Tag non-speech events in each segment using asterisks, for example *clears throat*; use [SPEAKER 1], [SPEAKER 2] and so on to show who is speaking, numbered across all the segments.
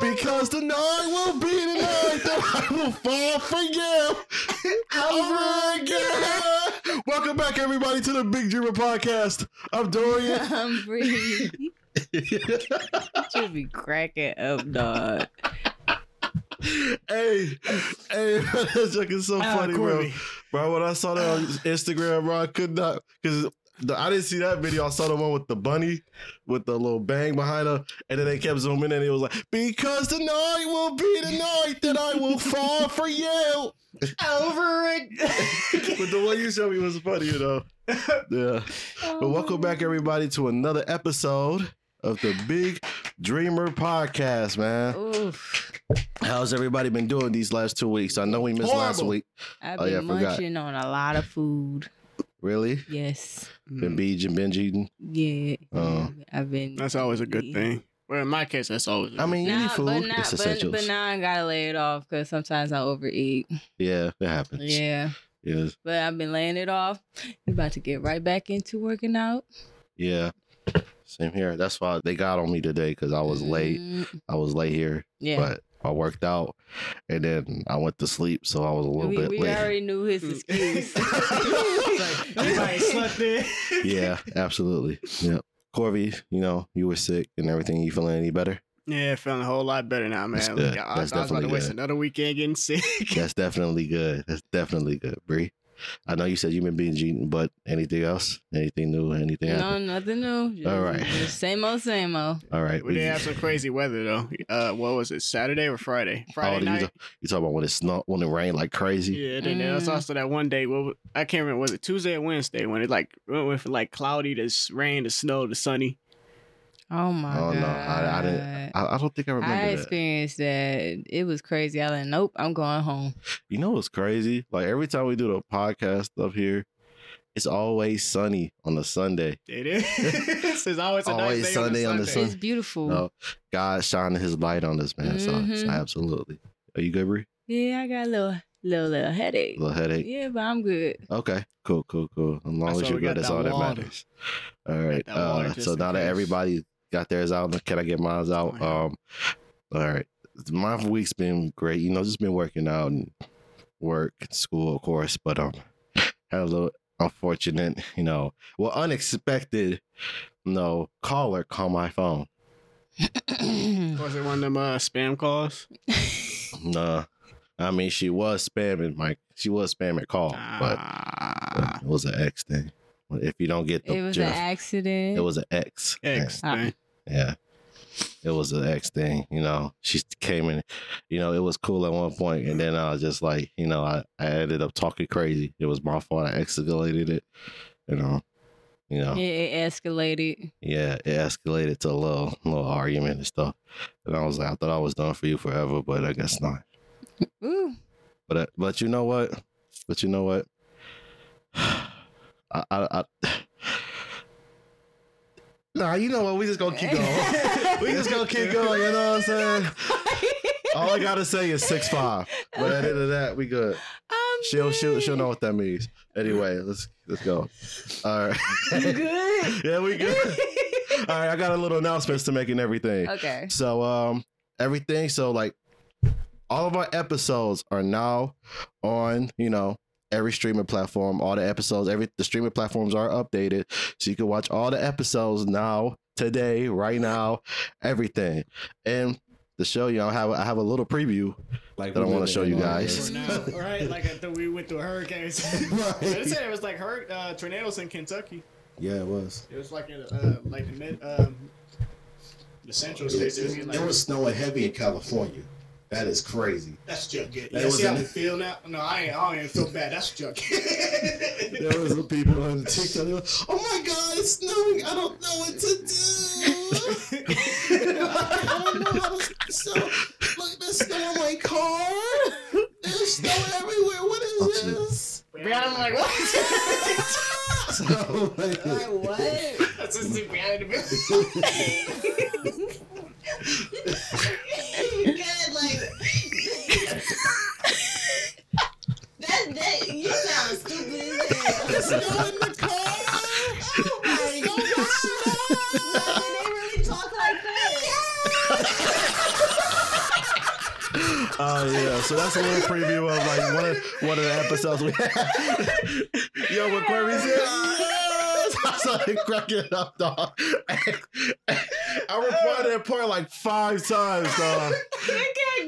[SPEAKER 1] because tonight will be the night that I will fall for you over again. Welcome back, everybody, to the Big Dreamer Podcast. I'm Dorian.
[SPEAKER 2] I'm
[SPEAKER 3] *laughs*
[SPEAKER 2] Bree. you be cracking up, dog.
[SPEAKER 1] hey, hey, *laughs* that joke is so
[SPEAKER 3] Ah,
[SPEAKER 1] funny, bro.
[SPEAKER 3] Corby.
[SPEAKER 1] Bro, when I saw that on Instagram, bro, I could not because I didn't see that video. I saw the one with the bunny with the little bang behind her, and then they kept zooming in, and it was like, "Because tonight will be the night that I will fall for you."
[SPEAKER 3] *laughs* Over
[SPEAKER 1] *laughs* But the one you showed me was funny, you
[SPEAKER 3] *laughs*
[SPEAKER 1] know. Yeah.
[SPEAKER 3] Oh,
[SPEAKER 1] But welcome back, everybody, to another episode of the Big Dreamer Podcast, man.
[SPEAKER 2] Oof,
[SPEAKER 1] How's everybody been doing these last two weeks? I know we missed last
[SPEAKER 3] Horrible.
[SPEAKER 1] week.
[SPEAKER 2] I've
[SPEAKER 1] Oh,
[SPEAKER 2] been
[SPEAKER 1] yeah, I forgot.
[SPEAKER 2] munching on a lot of food.
[SPEAKER 1] Really?
[SPEAKER 2] Yes,
[SPEAKER 1] Been
[SPEAKER 3] it.
[SPEAKER 1] binge and binge eating.
[SPEAKER 2] yeah,
[SPEAKER 1] Oh.
[SPEAKER 2] I've been.
[SPEAKER 3] That's always a good thing. Well, in my case, that's always. a
[SPEAKER 1] I
[SPEAKER 3] good
[SPEAKER 1] mean,
[SPEAKER 3] thing.
[SPEAKER 1] you
[SPEAKER 2] Nah,
[SPEAKER 1] need food.
[SPEAKER 2] but, not,
[SPEAKER 1] it's
[SPEAKER 2] but,
[SPEAKER 1] essentials.
[SPEAKER 2] but now I gotta lay it off because sometimes
[SPEAKER 1] *laughs*
[SPEAKER 2] I overeat.
[SPEAKER 1] yeah, it happens.
[SPEAKER 2] Yeah,
[SPEAKER 1] Yes.
[SPEAKER 2] but I've been laying it off. about to get right back into working out.
[SPEAKER 1] Yeah. Same here. That's why they got on me today because I was late.
[SPEAKER 2] Mm,
[SPEAKER 1] I was late here,
[SPEAKER 2] Yeah,
[SPEAKER 1] but I worked out and then I went to sleep. So I was a little
[SPEAKER 2] we,
[SPEAKER 1] bit
[SPEAKER 2] we
[SPEAKER 1] late.
[SPEAKER 2] already knew his excuse.
[SPEAKER 3] Mm. *laughs* It's like,
[SPEAKER 2] *laughs*
[SPEAKER 3] everybody slept in.
[SPEAKER 1] *laughs* yeah, absolutely. Yeah. Corby, you know, you were sick and everything. You feeling any better?
[SPEAKER 3] Yeah, feeling a whole lot better now, man.
[SPEAKER 1] That's good.
[SPEAKER 3] I,
[SPEAKER 1] That's
[SPEAKER 3] I was about to
[SPEAKER 1] definitely
[SPEAKER 3] waste
[SPEAKER 1] good.
[SPEAKER 3] another weekend getting sick.
[SPEAKER 1] That's definitely good. That's definitely good, Bree. I know you said you've been being eaten, but anything else? Anything new? Anything
[SPEAKER 2] no,
[SPEAKER 1] happened?
[SPEAKER 2] nothing new. Just,
[SPEAKER 1] All right.
[SPEAKER 2] just same old, same old.
[SPEAKER 1] All right.
[SPEAKER 3] *laughs* We did have some crazy weather though. Uh, what was it? Saturday or Friday? Friday
[SPEAKER 1] Oh, you
[SPEAKER 3] night.
[SPEAKER 1] talk- You talking about when it snow, when it rained like crazy?
[SPEAKER 3] Yeah, then there was
[SPEAKER 2] Mm.
[SPEAKER 3] also that one day. What wa- I can't remember. Was it Tuesday or Wednesday when it like went with like cloudy to s- rain to snow to sunny?
[SPEAKER 2] Oh my
[SPEAKER 1] Oh,
[SPEAKER 2] god!
[SPEAKER 1] no, I- I didn't- I, I don't think I remember
[SPEAKER 2] I
[SPEAKER 1] that.
[SPEAKER 2] experienced that. It was crazy. I like, nope, I'm going home.
[SPEAKER 1] You know what's crazy? Like every time we do the podcast up here, it's always sunny on a Sunday.
[SPEAKER 3] It *laughs* is. it's always a
[SPEAKER 1] Always
[SPEAKER 3] nice day
[SPEAKER 1] Sunday on
[SPEAKER 3] on
[SPEAKER 1] the
[SPEAKER 3] the
[SPEAKER 1] sun.
[SPEAKER 3] Sunday.
[SPEAKER 2] It's beautiful.
[SPEAKER 1] No, God shining His light on us, man. So, so
[SPEAKER 2] Mhm.
[SPEAKER 1] absolutely. Are you good, Bree?
[SPEAKER 2] Yeah, I got a little, little, little headache.
[SPEAKER 1] Little headache.
[SPEAKER 2] Yeah, but I'm good. *clears throat*
[SPEAKER 1] Okay, cool, cool, cool. As long
[SPEAKER 3] That's
[SPEAKER 1] as
[SPEAKER 3] why
[SPEAKER 1] you're
[SPEAKER 3] we got
[SPEAKER 1] good, that's
[SPEAKER 3] that
[SPEAKER 1] all that
[SPEAKER 3] water.
[SPEAKER 1] matters. All right.
[SPEAKER 3] that water
[SPEAKER 1] Uh,
[SPEAKER 3] just
[SPEAKER 1] so
[SPEAKER 3] in
[SPEAKER 1] now that
[SPEAKER 3] case.
[SPEAKER 1] everybody got theirs out, can I get mine out?
[SPEAKER 3] Go ahead.
[SPEAKER 1] Um, all right. My week's been great. You know, just been working out and work, school, of course. But um, had a little unfortunate, you know, well, unexpected, you know, caller call my phone.
[SPEAKER 3] Was it one of them uh, spam calls?
[SPEAKER 1] Nah, I mean, she was spamming my, she was spamming call, but uh,
[SPEAKER 3] Ah,
[SPEAKER 1] it was an X thing. If you don't get the
[SPEAKER 2] it was
[SPEAKER 1] gist,
[SPEAKER 2] an accident.
[SPEAKER 1] it was an X. thing.
[SPEAKER 3] X
[SPEAKER 2] Ah.
[SPEAKER 3] thing.
[SPEAKER 1] Yeah. It was an ex thing, you know. She came in, you know, it was cool at one point, and then I was just like, you know, I, I ended up talking crazy. It was my fault. I escalated it, you know, you know,
[SPEAKER 2] It, it escalated.
[SPEAKER 1] yeah, it escalated to a little little argument and stuff. And I was like, I thought I was done for you forever, but I guess not.
[SPEAKER 2] Ooh,
[SPEAKER 1] But uh, but you know what? But you know what? *sighs* I I. *sighs* I Nah, you know what? We just gonna
[SPEAKER 2] *laughs*
[SPEAKER 1] keep going. *laughs* we just gonna keep going. You know what I'm saying?
[SPEAKER 2] *laughs*
[SPEAKER 1] All I gotta say is six five. But at the end of that, we good.
[SPEAKER 2] I'm
[SPEAKER 1] She'll she'll she'll
[SPEAKER 2] good.
[SPEAKER 1] know what that means. Anyway, let's let's go. All right. *laughs*
[SPEAKER 2] You good?
[SPEAKER 1] yeah, we *laughs* good. All right, I got a little announcements to make and everything.
[SPEAKER 2] *laughs* okay.
[SPEAKER 1] So um everything so like all of our episodes are now on, you know, every streaming platform, all the episodes, every the streaming platforms are updated so you can watch all the episodes now, today, right now, everything. And the show, you know, I have I have a little preview.
[SPEAKER 4] like
[SPEAKER 1] that I
[SPEAKER 4] we
[SPEAKER 1] wanna
[SPEAKER 4] live
[SPEAKER 1] show
[SPEAKER 4] in
[SPEAKER 1] you
[SPEAKER 4] Los
[SPEAKER 1] guys.
[SPEAKER 4] Angeles.
[SPEAKER 3] Now, right? Like I thought we went through *laughs* hurricanes.
[SPEAKER 4] Right.
[SPEAKER 3] They said it was like hur- uh, tornadoes in Kentucky.
[SPEAKER 4] Yeah, it was.
[SPEAKER 3] It was like in, uh, like the mid, um, the central states. It was getting like,
[SPEAKER 4] There was snowing heavy in California. That is crazy.
[SPEAKER 3] that's junk. You
[SPEAKER 4] That
[SPEAKER 3] see how
[SPEAKER 4] wasn't-
[SPEAKER 3] we feel now? No, I ain't. I don't even feel bad. That's junk.
[SPEAKER 4] There was people
[SPEAKER 1] *laughs*
[SPEAKER 4] on TikTok. They were, oh my God, it's snowing. I don't know what to *laughs* do. I don't know how to snow. Look, there's snow on my car. There's snow everywhere. What is
[SPEAKER 1] Oh, shit.
[SPEAKER 4] this?
[SPEAKER 3] Brianna, like what?
[SPEAKER 4] *laughs* So, like,
[SPEAKER 2] What?
[SPEAKER 3] that's just see Brianna in the middle.
[SPEAKER 5] good, like *laughs* that, that you sound stupid as hell.
[SPEAKER 4] there's snow in the car.
[SPEAKER 5] Oh my god! No, they really talk like that.
[SPEAKER 1] Oh yeah, so that's a little preview of like one of one of the episodes we had. Yo, when Corby said, yes! I started cracking it up, dog. I replied to that part like five times, dog.
[SPEAKER 5] could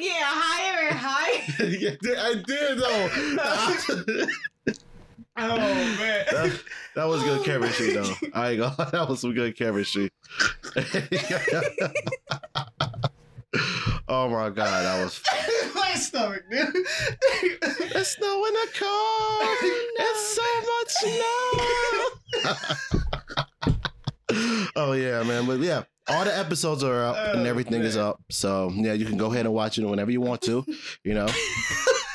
[SPEAKER 5] get higher and
[SPEAKER 1] *laughs*
[SPEAKER 5] higher.
[SPEAKER 1] I did though.
[SPEAKER 3] Oh man.
[SPEAKER 1] that, that was good chemistry though. I ain't gonna, *laughs* that was some good chemistry. *laughs* oh my god, that was
[SPEAKER 3] My stomach, dude.
[SPEAKER 1] It's snow in a *laughs* car. It's so much snow. oh yeah, man. But yeah, all the episodes are up and
[SPEAKER 3] Oh,
[SPEAKER 1] everything is up. So yeah, you can go ahead and watch it whenever you want to. You *laughs* know.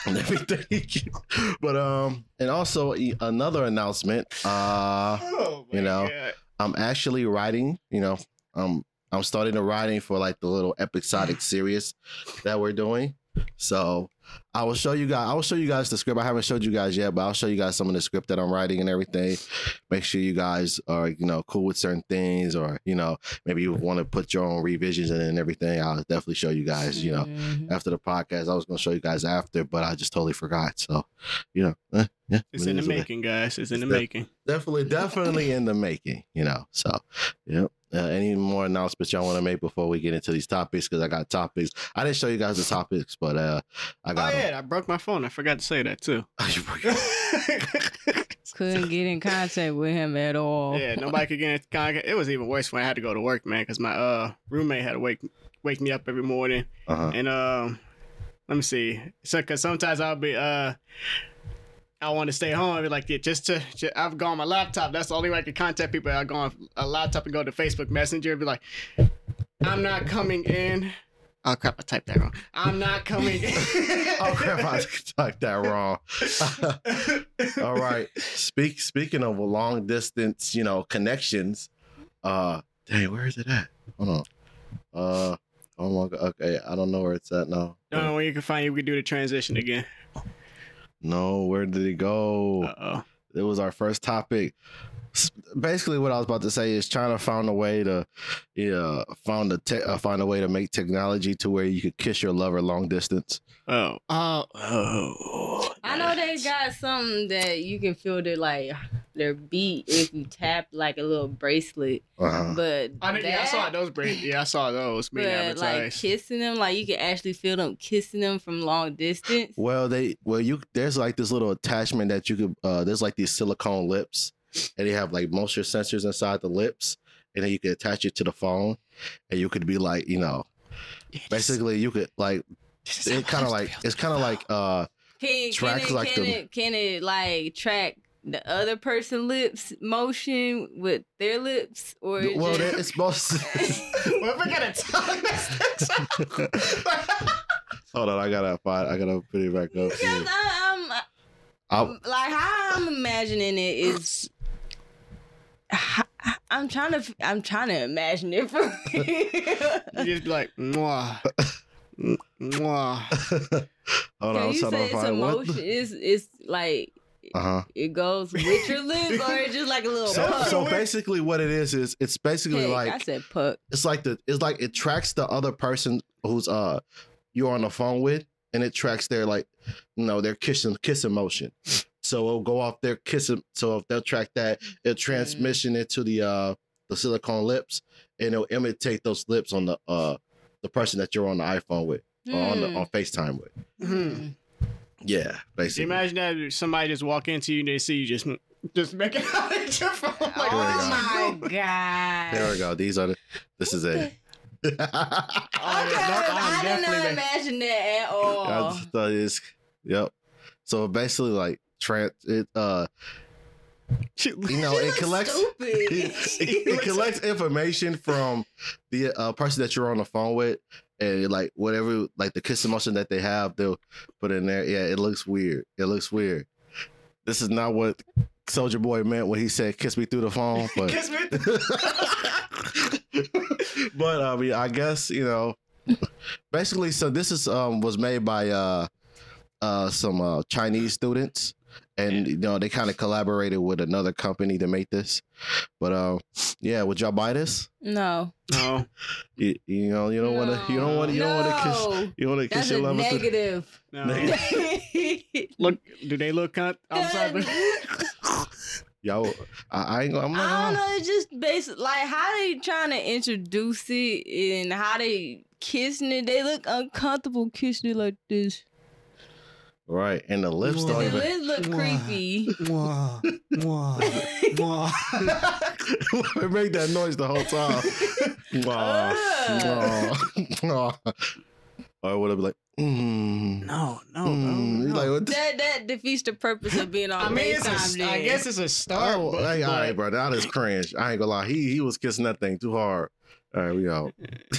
[SPEAKER 1] And everything, but um, and also e- another announcement. Uh,
[SPEAKER 3] Oh,
[SPEAKER 1] You
[SPEAKER 3] my
[SPEAKER 1] know.
[SPEAKER 3] God.
[SPEAKER 1] I'm actually writing, you know, um, I'm starting to writing for like the little episodic series that we're doing. So I will show you guys. I will show you guys the script. I haven't showed you guys yet, but I'll show you guys some of the script that I'm writing and everything. Make sure you guys are you know cool with certain things, or you know maybe you want to put your own revisions in and everything. I'll definitely show you guys. You know
[SPEAKER 2] Mhm.
[SPEAKER 1] after the podcast, I was gonna show you guys after, but I just totally forgot. So you know, eh, yeah,
[SPEAKER 3] *laughs* It's
[SPEAKER 1] it
[SPEAKER 3] in the
[SPEAKER 1] is what it-
[SPEAKER 3] making, guys. It's in the
[SPEAKER 1] It's the-
[SPEAKER 3] making.
[SPEAKER 1] definitely definitely in the making you know so yep uh, any more announcements y'all want to make before we get into these topics because i got topics i didn't show you guys the topics but uh i
[SPEAKER 3] Oh
[SPEAKER 1] got 'em.
[SPEAKER 3] yeah, I broke my phone. I forgot to say that too.
[SPEAKER 1] *laughs* You forgot.
[SPEAKER 3] yeah,
[SPEAKER 2] Couldn't get in contact with him at
[SPEAKER 3] Oh.
[SPEAKER 2] all.
[SPEAKER 3] nobody could get in contact. It was even worse when I had to go to work, man, because my uh roommate had to wake wake me up every morning. *laughs*
[SPEAKER 1] uh-huh.
[SPEAKER 3] And um, let me see. So, because sometimes I'll be uh, I want to stay home. I'll be like, yeah, just to, ju- I've gone on my laptop. That's the only way I can contact people. I'll go on a laptop and go to Facebook Messenger and be like, I'm not coming in. Oh crap! I typed that wrong. I'm not coming. in.
[SPEAKER 1] *laughs* oh crap
[SPEAKER 3] *laughs*
[SPEAKER 1] i typed that wrong *laughs* all right speak speaking of long distance you know connections uh dang where is it at hold on uh oh my god okay i don't know where it's at now
[SPEAKER 3] Don't know where Oh, you can find you. We can do the transition again.
[SPEAKER 1] no where did it go
[SPEAKER 3] Uh oh.
[SPEAKER 1] it was our first topic. S- Basically, what I was about to say is China found a way to, yeah, found a te- uh, find a way to make technology to where you could kiss your lover long distance.
[SPEAKER 3] Oh. Oh. oh.
[SPEAKER 2] I know they got something that you can feel their like their beat if you tap like a little bracelet,
[SPEAKER 1] Uh-huh.
[SPEAKER 2] but
[SPEAKER 3] I did, yeah, I saw
[SPEAKER 2] that-
[SPEAKER 3] those. Brand, yeah, I saw those being
[SPEAKER 2] But like
[SPEAKER 3] advertised.
[SPEAKER 2] kissing them, like you can actually feel them kissing them from long distance.
[SPEAKER 1] Well, they well you there's like this little attachment that you could uh, there's like these silicone lips, and they have like moisture sensors inside the lips, and then you could attach it to the phone, and you could be like you know basically you could like it kind of like it's kind of like uh
[SPEAKER 2] Can, can,
[SPEAKER 1] Tracks
[SPEAKER 2] it,
[SPEAKER 1] like
[SPEAKER 2] can
[SPEAKER 1] the-
[SPEAKER 2] it can it like track the other person lips motion with their lips or it
[SPEAKER 1] well
[SPEAKER 2] *laughs* just-
[SPEAKER 1] it's most.
[SPEAKER 3] Well,
[SPEAKER 1] *laughs*
[SPEAKER 3] we're gonna
[SPEAKER 2] *laughs*
[SPEAKER 3] talk this
[SPEAKER 1] Hold on, I gotta find. I gotta put it back up.
[SPEAKER 2] Because I,
[SPEAKER 1] I,
[SPEAKER 2] I'm like how I'm imagining it is. I'm trying to I'm trying to imagine it for *laughs*
[SPEAKER 3] You
[SPEAKER 2] real.
[SPEAKER 3] just be like, mwah. M- Mwah.
[SPEAKER 1] hold on,
[SPEAKER 2] Can
[SPEAKER 1] I'm
[SPEAKER 2] you
[SPEAKER 1] trying
[SPEAKER 2] say
[SPEAKER 1] to
[SPEAKER 2] it's
[SPEAKER 1] find what.
[SPEAKER 2] emotion? It's it's like
[SPEAKER 1] Uh huh.
[SPEAKER 2] it goes with your lips or it's just like a
[SPEAKER 1] *laughs*
[SPEAKER 2] little
[SPEAKER 1] So,
[SPEAKER 2] puck.
[SPEAKER 1] so basically, what it is is it's basically
[SPEAKER 2] Heck, I
[SPEAKER 1] like
[SPEAKER 2] said puck.
[SPEAKER 1] it's like the it's like it tracks the other person who's uh you're on the phone with, and it tracks their like you know their kissing kissing motion. So it'll go off their kissing. So if they'll track that,
[SPEAKER 2] Mm.
[SPEAKER 1] it'll transmission it to the uh the silicone lips, and it'll imitate those lips on the uh the person that you're on the iPhone with or oh, on the
[SPEAKER 2] Hmm.
[SPEAKER 1] on Facetime with.
[SPEAKER 3] Hmm.
[SPEAKER 1] Yeah,
[SPEAKER 3] So
[SPEAKER 1] basically.
[SPEAKER 3] imagine that if somebody just walk into you and they see you just, just making out at *laughs* your phone. Like,
[SPEAKER 1] Here we go.
[SPEAKER 2] Oh my god.
[SPEAKER 1] There we go. These are the. This is it. *laughs* I
[SPEAKER 3] oh,
[SPEAKER 2] Okay,
[SPEAKER 3] yeah, no, I'm
[SPEAKER 2] I did
[SPEAKER 3] definitely
[SPEAKER 2] not
[SPEAKER 3] making-
[SPEAKER 2] imagine that at all.
[SPEAKER 1] just thought it's. Yep. So basically, like trans, it uh, you know, Oh, *laughs* it collects.
[SPEAKER 3] *laughs*
[SPEAKER 2] Stupid.
[SPEAKER 1] It, it collects information from the uh, person that you're on the phone with, and like whatever, like the kiss emotion that they have, they'll put in there. Yeah, it looks weird. It looks weird. This is not what Soldier Boy meant when he said "kiss me through the phone," but
[SPEAKER 3] Kiss me.
[SPEAKER 1] but I mean, I guess you know, basically. So this is um was made by uh uh some uh Chinese students, and you know they kind of collaborated with another company to make this. But um, yeah, would y'all buy this?
[SPEAKER 2] No.
[SPEAKER 3] No.
[SPEAKER 1] You, you know, you don't want to. You don't want to. You don't want to kiss.
[SPEAKER 2] No.
[SPEAKER 1] You want to kiss
[SPEAKER 2] That's
[SPEAKER 1] your
[SPEAKER 2] a
[SPEAKER 1] lover. through the- *laughs*
[SPEAKER 2] negative.
[SPEAKER 3] No. Look, do they look cut? I'm sorry. But
[SPEAKER 2] *laughs*
[SPEAKER 1] Yo, I, I ain't gonna. I'm not
[SPEAKER 2] I
[SPEAKER 1] gonna
[SPEAKER 2] don't know. It's just basic. Like how they trying to introduce it and how they kissing it. They look uncomfortable kissing it like this.
[SPEAKER 1] Right, and the lips don't
[SPEAKER 4] Whoa.
[SPEAKER 2] The
[SPEAKER 1] *laughs* even.
[SPEAKER 2] lips look
[SPEAKER 4] Wow.
[SPEAKER 2] creepy.
[SPEAKER 4] Mwah,
[SPEAKER 3] *laughs*
[SPEAKER 4] mwah, mwah.
[SPEAKER 1] Women make that noise the whole
[SPEAKER 2] *laughs*
[SPEAKER 1] time. Mwah,
[SPEAKER 2] Ugh.
[SPEAKER 1] mwah, *laughs* mwah. or would have been like, mm,
[SPEAKER 3] no,
[SPEAKER 4] Oh,
[SPEAKER 3] no,
[SPEAKER 1] mm.
[SPEAKER 3] no.
[SPEAKER 1] He's like, what the-
[SPEAKER 2] that that defeats the purpose of being on
[SPEAKER 3] I mean, it's
[SPEAKER 2] FaceTime.
[SPEAKER 3] a, I
[SPEAKER 2] then.
[SPEAKER 3] guess it's a start.
[SPEAKER 1] Oh,
[SPEAKER 3] but,
[SPEAKER 1] hey, all right, bro.
[SPEAKER 3] but
[SPEAKER 1] That is cringe. I ain't gonna lie. He he was kissing that thing too hard. All right, we out. *laughs*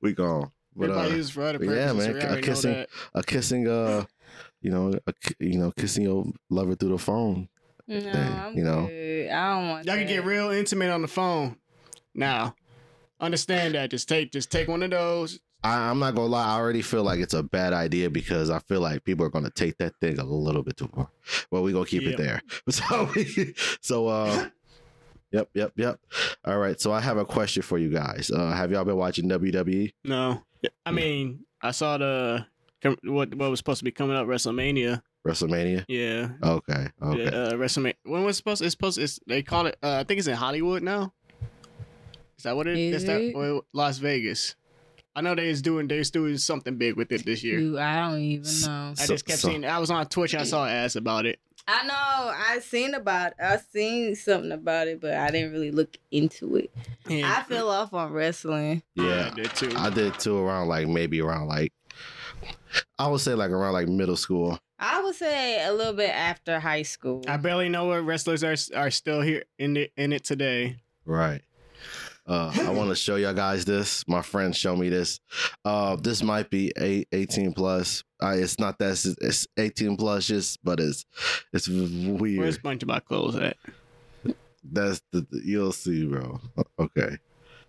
[SPEAKER 1] we gone. But
[SPEAKER 3] everybody
[SPEAKER 1] uh,
[SPEAKER 3] uses for other
[SPEAKER 1] but yeah,
[SPEAKER 3] purposes.
[SPEAKER 1] man,
[SPEAKER 3] we
[SPEAKER 1] a
[SPEAKER 3] already know
[SPEAKER 1] kissing-
[SPEAKER 3] that.
[SPEAKER 1] a kissing, uh, you know, a, ki- you know, kissing your lover through the phone.
[SPEAKER 2] No,
[SPEAKER 1] thing,
[SPEAKER 2] I'm
[SPEAKER 1] you know?
[SPEAKER 2] good. I don't want.
[SPEAKER 3] Y'all can
[SPEAKER 2] that.
[SPEAKER 3] get real intimate on the phone. Now, understand that. Just take, just take one of those.
[SPEAKER 1] I, I'm not gonna lie. I already feel like it's a bad idea because I feel like people are gonna take that thing a little bit too far. But we gonna keep it there. *laughs* So, we, so, uh, yep, yep, yep. All right. So I have a question for you guys. Uh, have y'all been watching E, WWE?
[SPEAKER 3] No, I mean, I saw the com- what what was supposed to be coming up WrestleMania.
[SPEAKER 1] WrestleMania?
[SPEAKER 3] Yeah,
[SPEAKER 1] Okay, okay.
[SPEAKER 3] yeah. Uh, WrestleMania. When was it supposed? It's supposed. It's they call it. Uh, I think it's in Hollywood now. Is that what it
[SPEAKER 2] Is
[SPEAKER 3] is? That,
[SPEAKER 2] it?
[SPEAKER 3] well, Las Vegas. I know they is doing. They's doing something big with it this year.
[SPEAKER 2] Dude, I don't even
[SPEAKER 1] S-
[SPEAKER 2] know.
[SPEAKER 3] I
[SPEAKER 1] So-
[SPEAKER 3] just kept
[SPEAKER 1] so-
[SPEAKER 3] seeing. I was on Twitch. and I saw ads about it.
[SPEAKER 2] I know. I seen about. I seen something about it, but I didn't really look into it.
[SPEAKER 3] And-
[SPEAKER 2] I fell off on wrestling.
[SPEAKER 1] yeah.
[SPEAKER 3] I did too.
[SPEAKER 1] I did too around like maybe around like I would say like around like middle school.
[SPEAKER 2] I would say a little bit after high school.
[SPEAKER 3] I barely know what wrestlers are are still here in it in it today.
[SPEAKER 1] Right. Uh, I want to show y'all guys this. My friend showed me this. Uh, this might be eight, 18 plus. Uh, it's not that s- it's 18 plus, just but it's it's
[SPEAKER 3] Where's
[SPEAKER 1] weird.
[SPEAKER 3] a bunch of my clothes at?
[SPEAKER 1] That's the, the- you'll see, bro. Okay,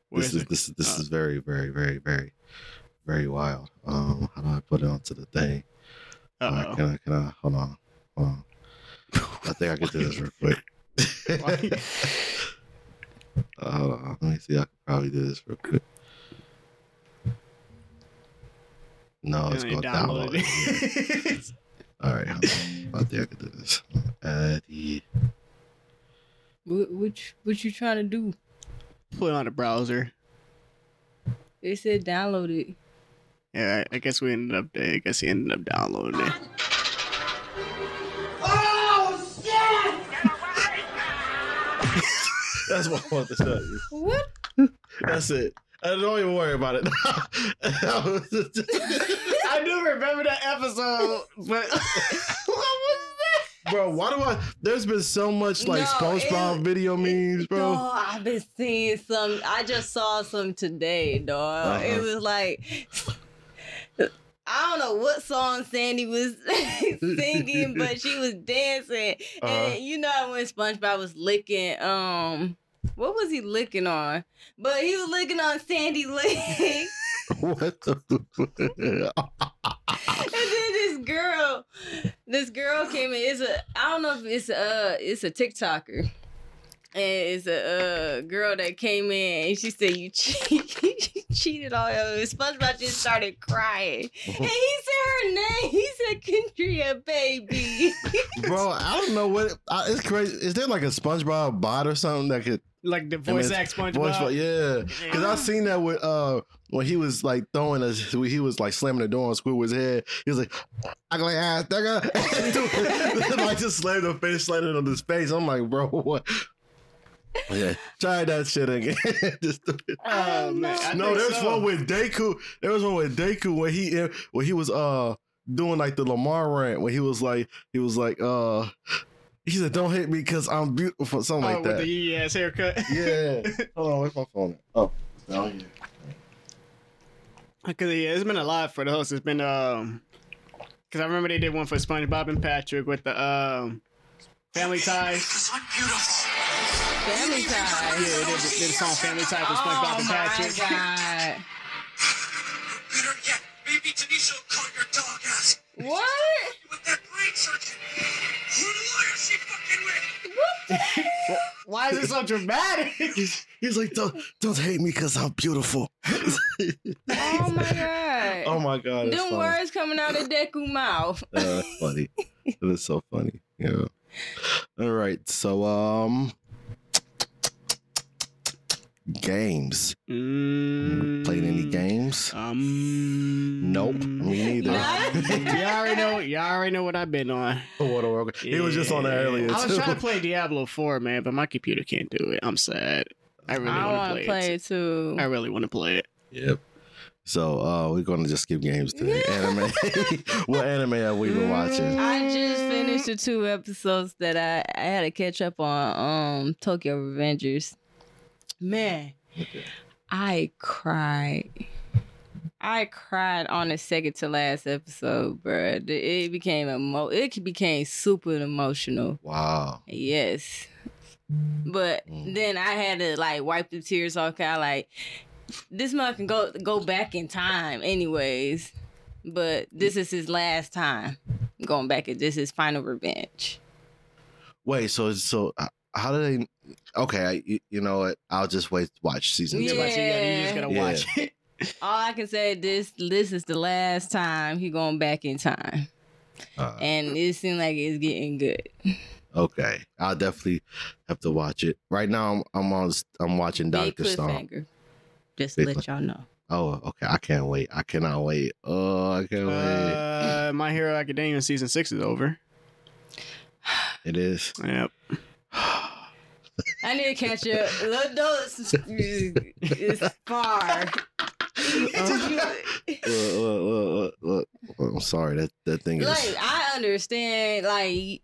[SPEAKER 3] Where's
[SPEAKER 1] this is
[SPEAKER 3] it? Uh.
[SPEAKER 1] this is this is very very very very very wild. Um, how do I put it onto the thing? Uh,
[SPEAKER 3] Uh-oh.
[SPEAKER 1] can I can I hold on? Hold on. I think I can do *laughs* this real quick.
[SPEAKER 3] *laughs* Why-
[SPEAKER 1] *laughs* Uh, hold on. Let me see. I can probably do this real quick. No, it's
[SPEAKER 3] And
[SPEAKER 1] going
[SPEAKER 3] they
[SPEAKER 1] to download
[SPEAKER 3] downloaded
[SPEAKER 1] it.
[SPEAKER 3] it. *laughs*
[SPEAKER 1] All right. Hold on. I think I can do this. Uh, the-
[SPEAKER 2] what, what, you- what you trying to do?
[SPEAKER 3] Put on a browser.
[SPEAKER 2] They said download it.
[SPEAKER 3] Yeah, I I guess we ended up. I guess he ended up downloading it.
[SPEAKER 5] Oh, shit!
[SPEAKER 1] That's what I want to show you.
[SPEAKER 2] What?
[SPEAKER 1] That's it. I don't even worry about it. *laughs*
[SPEAKER 3] I do remember that episode, but *laughs*
[SPEAKER 1] bro, why do I? There's been so much like
[SPEAKER 2] No,
[SPEAKER 1] SpongeBob
[SPEAKER 2] it-
[SPEAKER 1] video memes, bro.
[SPEAKER 2] Dog, I've been seeing some. I just saw some today, dog.
[SPEAKER 1] Uh-huh.
[SPEAKER 2] It was like. I don't know what song Sandy was *laughs* singing, but she was dancing.
[SPEAKER 1] Uh-huh.
[SPEAKER 2] And you know when SpongeBob was licking, um, what was he licking on? But he was licking on *laughs* Sandy's leg.
[SPEAKER 1] *laughs* What
[SPEAKER 2] *laughs*
[SPEAKER 1] the? *laughs*
[SPEAKER 2] and then this girl, this girl came in. It's a I don't know if it's a it's a TikToker. And it's a uh, girl that came in and she said you, cheat, *laughs* you cheated on her. SpongeBob just started crying. And he said her name. He said Kendria baby.
[SPEAKER 1] Bro, I don't know what I, it's crazy. Is there like a SpongeBob bot or something that could
[SPEAKER 3] like the voice
[SPEAKER 1] it's
[SPEAKER 3] act
[SPEAKER 1] voice?
[SPEAKER 3] SpongeBob.
[SPEAKER 1] bot? Yeah, because I seen that with uh when he was like throwing us when he was like slamming the door on Squidward's head. He was like, "I can like ass nigga," *laughs* like just slammed the face, slammed it on his face. I'm like, bro, what? Yeah, try that shit again. *laughs* Just do it.
[SPEAKER 3] Oh man, I
[SPEAKER 1] uh, no,
[SPEAKER 3] think
[SPEAKER 1] there's
[SPEAKER 3] so.
[SPEAKER 1] one with Deku. There was one with Deku when he eh, when he was uh doing like the Lamar rant when he was like he was like uh he said don't hit me because I'm beautiful something
[SPEAKER 3] Oh,
[SPEAKER 1] like
[SPEAKER 3] with
[SPEAKER 1] that.
[SPEAKER 3] the ye ass haircut.
[SPEAKER 1] *laughs*
[SPEAKER 3] *laughs*
[SPEAKER 1] yeah. Hold on, where's my phone? At? Oh, it's down here.
[SPEAKER 3] Because yeah, it's been a lot for the host. It's been um, because I remember they did one for SpongeBob and Patrick with the um, Family Ties.
[SPEAKER 2] *laughs* Family
[SPEAKER 3] Yeah, they
[SPEAKER 2] time.
[SPEAKER 3] did, did the song Family Ties for SpongeBob
[SPEAKER 2] Oh
[SPEAKER 3] and
[SPEAKER 2] my
[SPEAKER 3] Patrick.
[SPEAKER 2] god.
[SPEAKER 6] Better yet, maybe Tanisha will cut your dog ass
[SPEAKER 2] What?
[SPEAKER 6] with that brain surgeon. Who
[SPEAKER 3] Why is it so dramatic?
[SPEAKER 1] *laughs* He's like, don't, don't hate me because I'm beautiful.
[SPEAKER 2] Oh my *laughs* god.
[SPEAKER 1] oh my god, that's
[SPEAKER 2] Them
[SPEAKER 1] funny.
[SPEAKER 2] words coming out of Deku mouth.
[SPEAKER 1] Yeah, that's
[SPEAKER 3] *laughs*
[SPEAKER 1] funny. It is so funny. Yeah. All right. So um, games. Played any games?
[SPEAKER 3] Mm. Um.
[SPEAKER 1] Nope. Me
[SPEAKER 3] *laughs*
[SPEAKER 1] neither.
[SPEAKER 2] Nah.
[SPEAKER 3] you already know. You already know what I've been on.
[SPEAKER 1] *laughs* What a world. He was just on
[SPEAKER 3] Yeah.
[SPEAKER 1] there earlier.
[SPEAKER 3] I was
[SPEAKER 1] too.
[SPEAKER 3] trying to play Diablo Four, man, but my computer can't do it. I'm sad. I really
[SPEAKER 2] I
[SPEAKER 3] want
[SPEAKER 2] want
[SPEAKER 3] to play, it.
[SPEAKER 2] it too.
[SPEAKER 3] I really want to play it.
[SPEAKER 1] Yep. So uh, we're gonna just skip games today.
[SPEAKER 2] Yeah. Mm.
[SPEAKER 1] Anime. *laughs* what anime have we been watching?
[SPEAKER 2] I just finished the two episodes that I, I had to catch up on um Tokyo Revengers. Man, I cried. I cried on the second to last episode, bro. It became emo- it became super emotional.
[SPEAKER 1] Wow.
[SPEAKER 2] Yes. But
[SPEAKER 1] Mm.
[SPEAKER 2] then I had to like wipe the tears off, kind of like this man can go go back in time, anyways. But this is his last time going back. and This is final revenge.
[SPEAKER 1] Wait. So so uh, how do they? Okay. I, you, you know what? I'll just wait. Watch season
[SPEAKER 3] That's
[SPEAKER 1] two.
[SPEAKER 3] why she- yeah, you just
[SPEAKER 2] Yeah.
[SPEAKER 3] gotta
[SPEAKER 1] Yeah.
[SPEAKER 3] watch it.
[SPEAKER 2] All I can say this this is the last time he going back in time,
[SPEAKER 1] Uh,
[SPEAKER 2] and it seems like it's getting good.
[SPEAKER 1] Okay, I'll definitely have to watch it. Right now, I'm I'm on I'm watching
[SPEAKER 2] Big
[SPEAKER 1] Doctor Stone.
[SPEAKER 2] cliffhanger. Just
[SPEAKER 1] Big
[SPEAKER 2] let y'all know.
[SPEAKER 1] Oh, okay, I can't wait. I cannot wait. Oh, I can't wait.
[SPEAKER 3] *laughs* Uh, My Hero Academia season six is over.
[SPEAKER 1] It is.
[SPEAKER 3] Yep.
[SPEAKER 2] I need to catch up. Look, those *laughs* it's
[SPEAKER 1] *laughs*
[SPEAKER 2] far. *laughs*
[SPEAKER 1] Look, look, look, look, look. uh, I'm sorry that that thing is.
[SPEAKER 2] Like I understand, like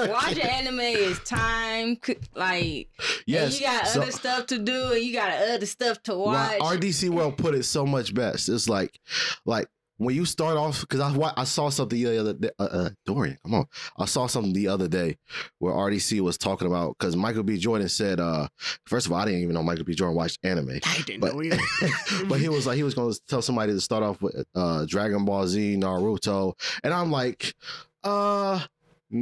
[SPEAKER 1] *laughs*
[SPEAKER 2] watching anime is time. c- Like and
[SPEAKER 1] yes.
[SPEAKER 2] you got
[SPEAKER 1] so-
[SPEAKER 2] other stuff to do, and you got other stuff to
[SPEAKER 1] Why
[SPEAKER 2] watch.
[SPEAKER 1] RDC World put it so much best. It's like, like when you start off, because I wa- I saw something the other day. Uh, uh, Dorian, come on, I saw something the other day where RDC was talking about because Michael B. Jordan said, uh, first of all, I didn't even know Michael B. Jordan watched anime,
[SPEAKER 3] I didn't
[SPEAKER 1] But-
[SPEAKER 3] know either.
[SPEAKER 1] *laughs* but he was like he was going to tell somebody to start off with uh, Dragon Ball Z, Naruto, and I'm like, uh,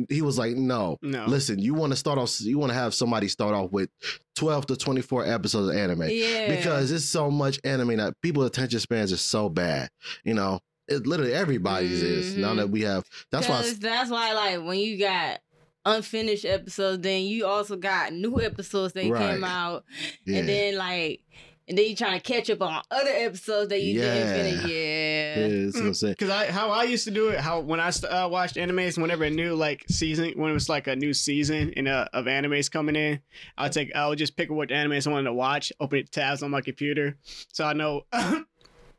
[SPEAKER 1] he was like, no,
[SPEAKER 3] No.
[SPEAKER 1] listen, you want to start off, you want to have somebody start off with twelve to twenty four episodes of anime
[SPEAKER 2] yeah,
[SPEAKER 1] because it's so much anime that people's attention spans are so bad. You know, it literally everybody's is now
[SPEAKER 2] Mhm.
[SPEAKER 1] that we have. That's why. I
[SPEAKER 2] 'Cause
[SPEAKER 1] s-
[SPEAKER 2] that's why, like when you got unfinished episodes, then you also got new episodes that
[SPEAKER 1] Right.
[SPEAKER 2] came out,
[SPEAKER 1] yeah.
[SPEAKER 2] and then like. And then you trying to catch up on other episodes that you didn't finish.
[SPEAKER 1] yeah,
[SPEAKER 2] Yeah.
[SPEAKER 1] that's what I'm saying.
[SPEAKER 3] Because I how I used to do it, how when I st- uh, watched animes, whenever a new like season, when it was like a new season in uh, of animes coming in, I'll take I would just pick what animes I wanted to watch, open it tabs on my computer, so I know. *coughs*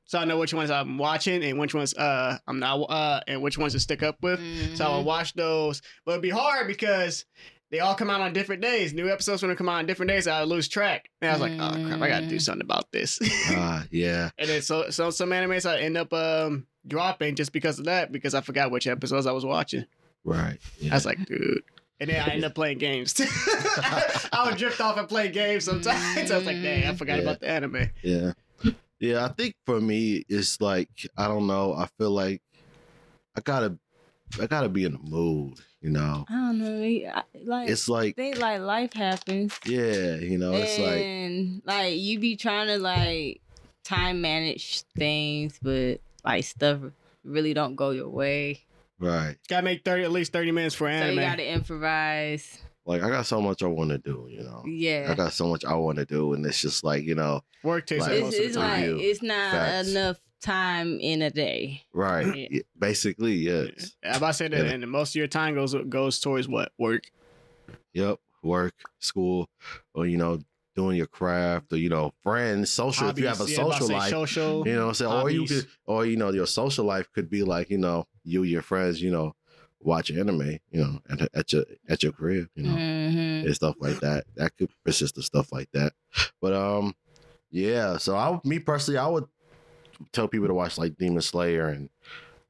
[SPEAKER 3] So I know which ones I'm watching and which ones uh I'm not uh and which ones to stick up with.
[SPEAKER 2] Mm-hmm.
[SPEAKER 3] So uh, I would watch those, but it'd be hard because they all come out on different days. New episodes when they come out on different days, I would lose track. And I was like, oh crap, I gotta do
[SPEAKER 2] Mm.
[SPEAKER 3] something about this.
[SPEAKER 1] Ah, yeah,
[SPEAKER 3] And then so so some animes I end up um dropping just because of that because I forgot which episodes I was watching.
[SPEAKER 1] right.
[SPEAKER 3] I
[SPEAKER 1] Yeah.
[SPEAKER 3] was like, dude. And then I end up playing games. *laughs* too. I would drift off and play games sometimes. I was like, dang, I forgot
[SPEAKER 1] Yeah.
[SPEAKER 3] about the anime.
[SPEAKER 1] yeah, yeah. I think for me, it's like I don't know. I feel like I gotta, I gotta be in the mood. You know,
[SPEAKER 2] I don't know. he- I- Like
[SPEAKER 1] it's like
[SPEAKER 2] they like life happens.
[SPEAKER 1] yeah, you know, it's like
[SPEAKER 2] and like, you be trying to like time manage things, but like stuff really don't go your way.
[SPEAKER 1] right.
[SPEAKER 3] Gotta make thirty at least thirty minutes for
[SPEAKER 2] So
[SPEAKER 3] anime.
[SPEAKER 2] you gotta improvise.
[SPEAKER 1] Like I got so much I want to do. You know, I
[SPEAKER 2] Yeah.
[SPEAKER 1] got so much I want to do, and it's just like you know,
[SPEAKER 3] Work takes
[SPEAKER 1] Like-
[SPEAKER 3] up most
[SPEAKER 2] It's,
[SPEAKER 3] of
[SPEAKER 2] it's
[SPEAKER 3] the time.
[SPEAKER 2] like
[SPEAKER 1] Review.
[SPEAKER 2] it's not
[SPEAKER 1] Facts.
[SPEAKER 2] enough time in a day.
[SPEAKER 1] right?
[SPEAKER 2] Yeah.
[SPEAKER 1] Yeah, Basically, yes.
[SPEAKER 3] Yeah. I'm about to say that,
[SPEAKER 1] Yeah.
[SPEAKER 3] and most of your time goes goes towards what work.
[SPEAKER 1] Yep. Work, school, or you know, doing your craft, or you know, friends, social. if you have a
[SPEAKER 3] Hobbies. Yeah, I'm about to
[SPEAKER 1] social
[SPEAKER 3] say
[SPEAKER 1] life,
[SPEAKER 3] social.
[SPEAKER 1] you know, what I'm saying, or you
[SPEAKER 3] hobbies.
[SPEAKER 1] could, or you know, your social life could be like, you know, you your friends, you know, watch anime, you know, at, at your at your crib, you know,
[SPEAKER 2] Mhm.
[SPEAKER 3] Mm-hmm.
[SPEAKER 1] and stuff like that. That could persist to stuff like that. But um, yeah. So I, me personally, I would tell people to watch like Demon Slayer and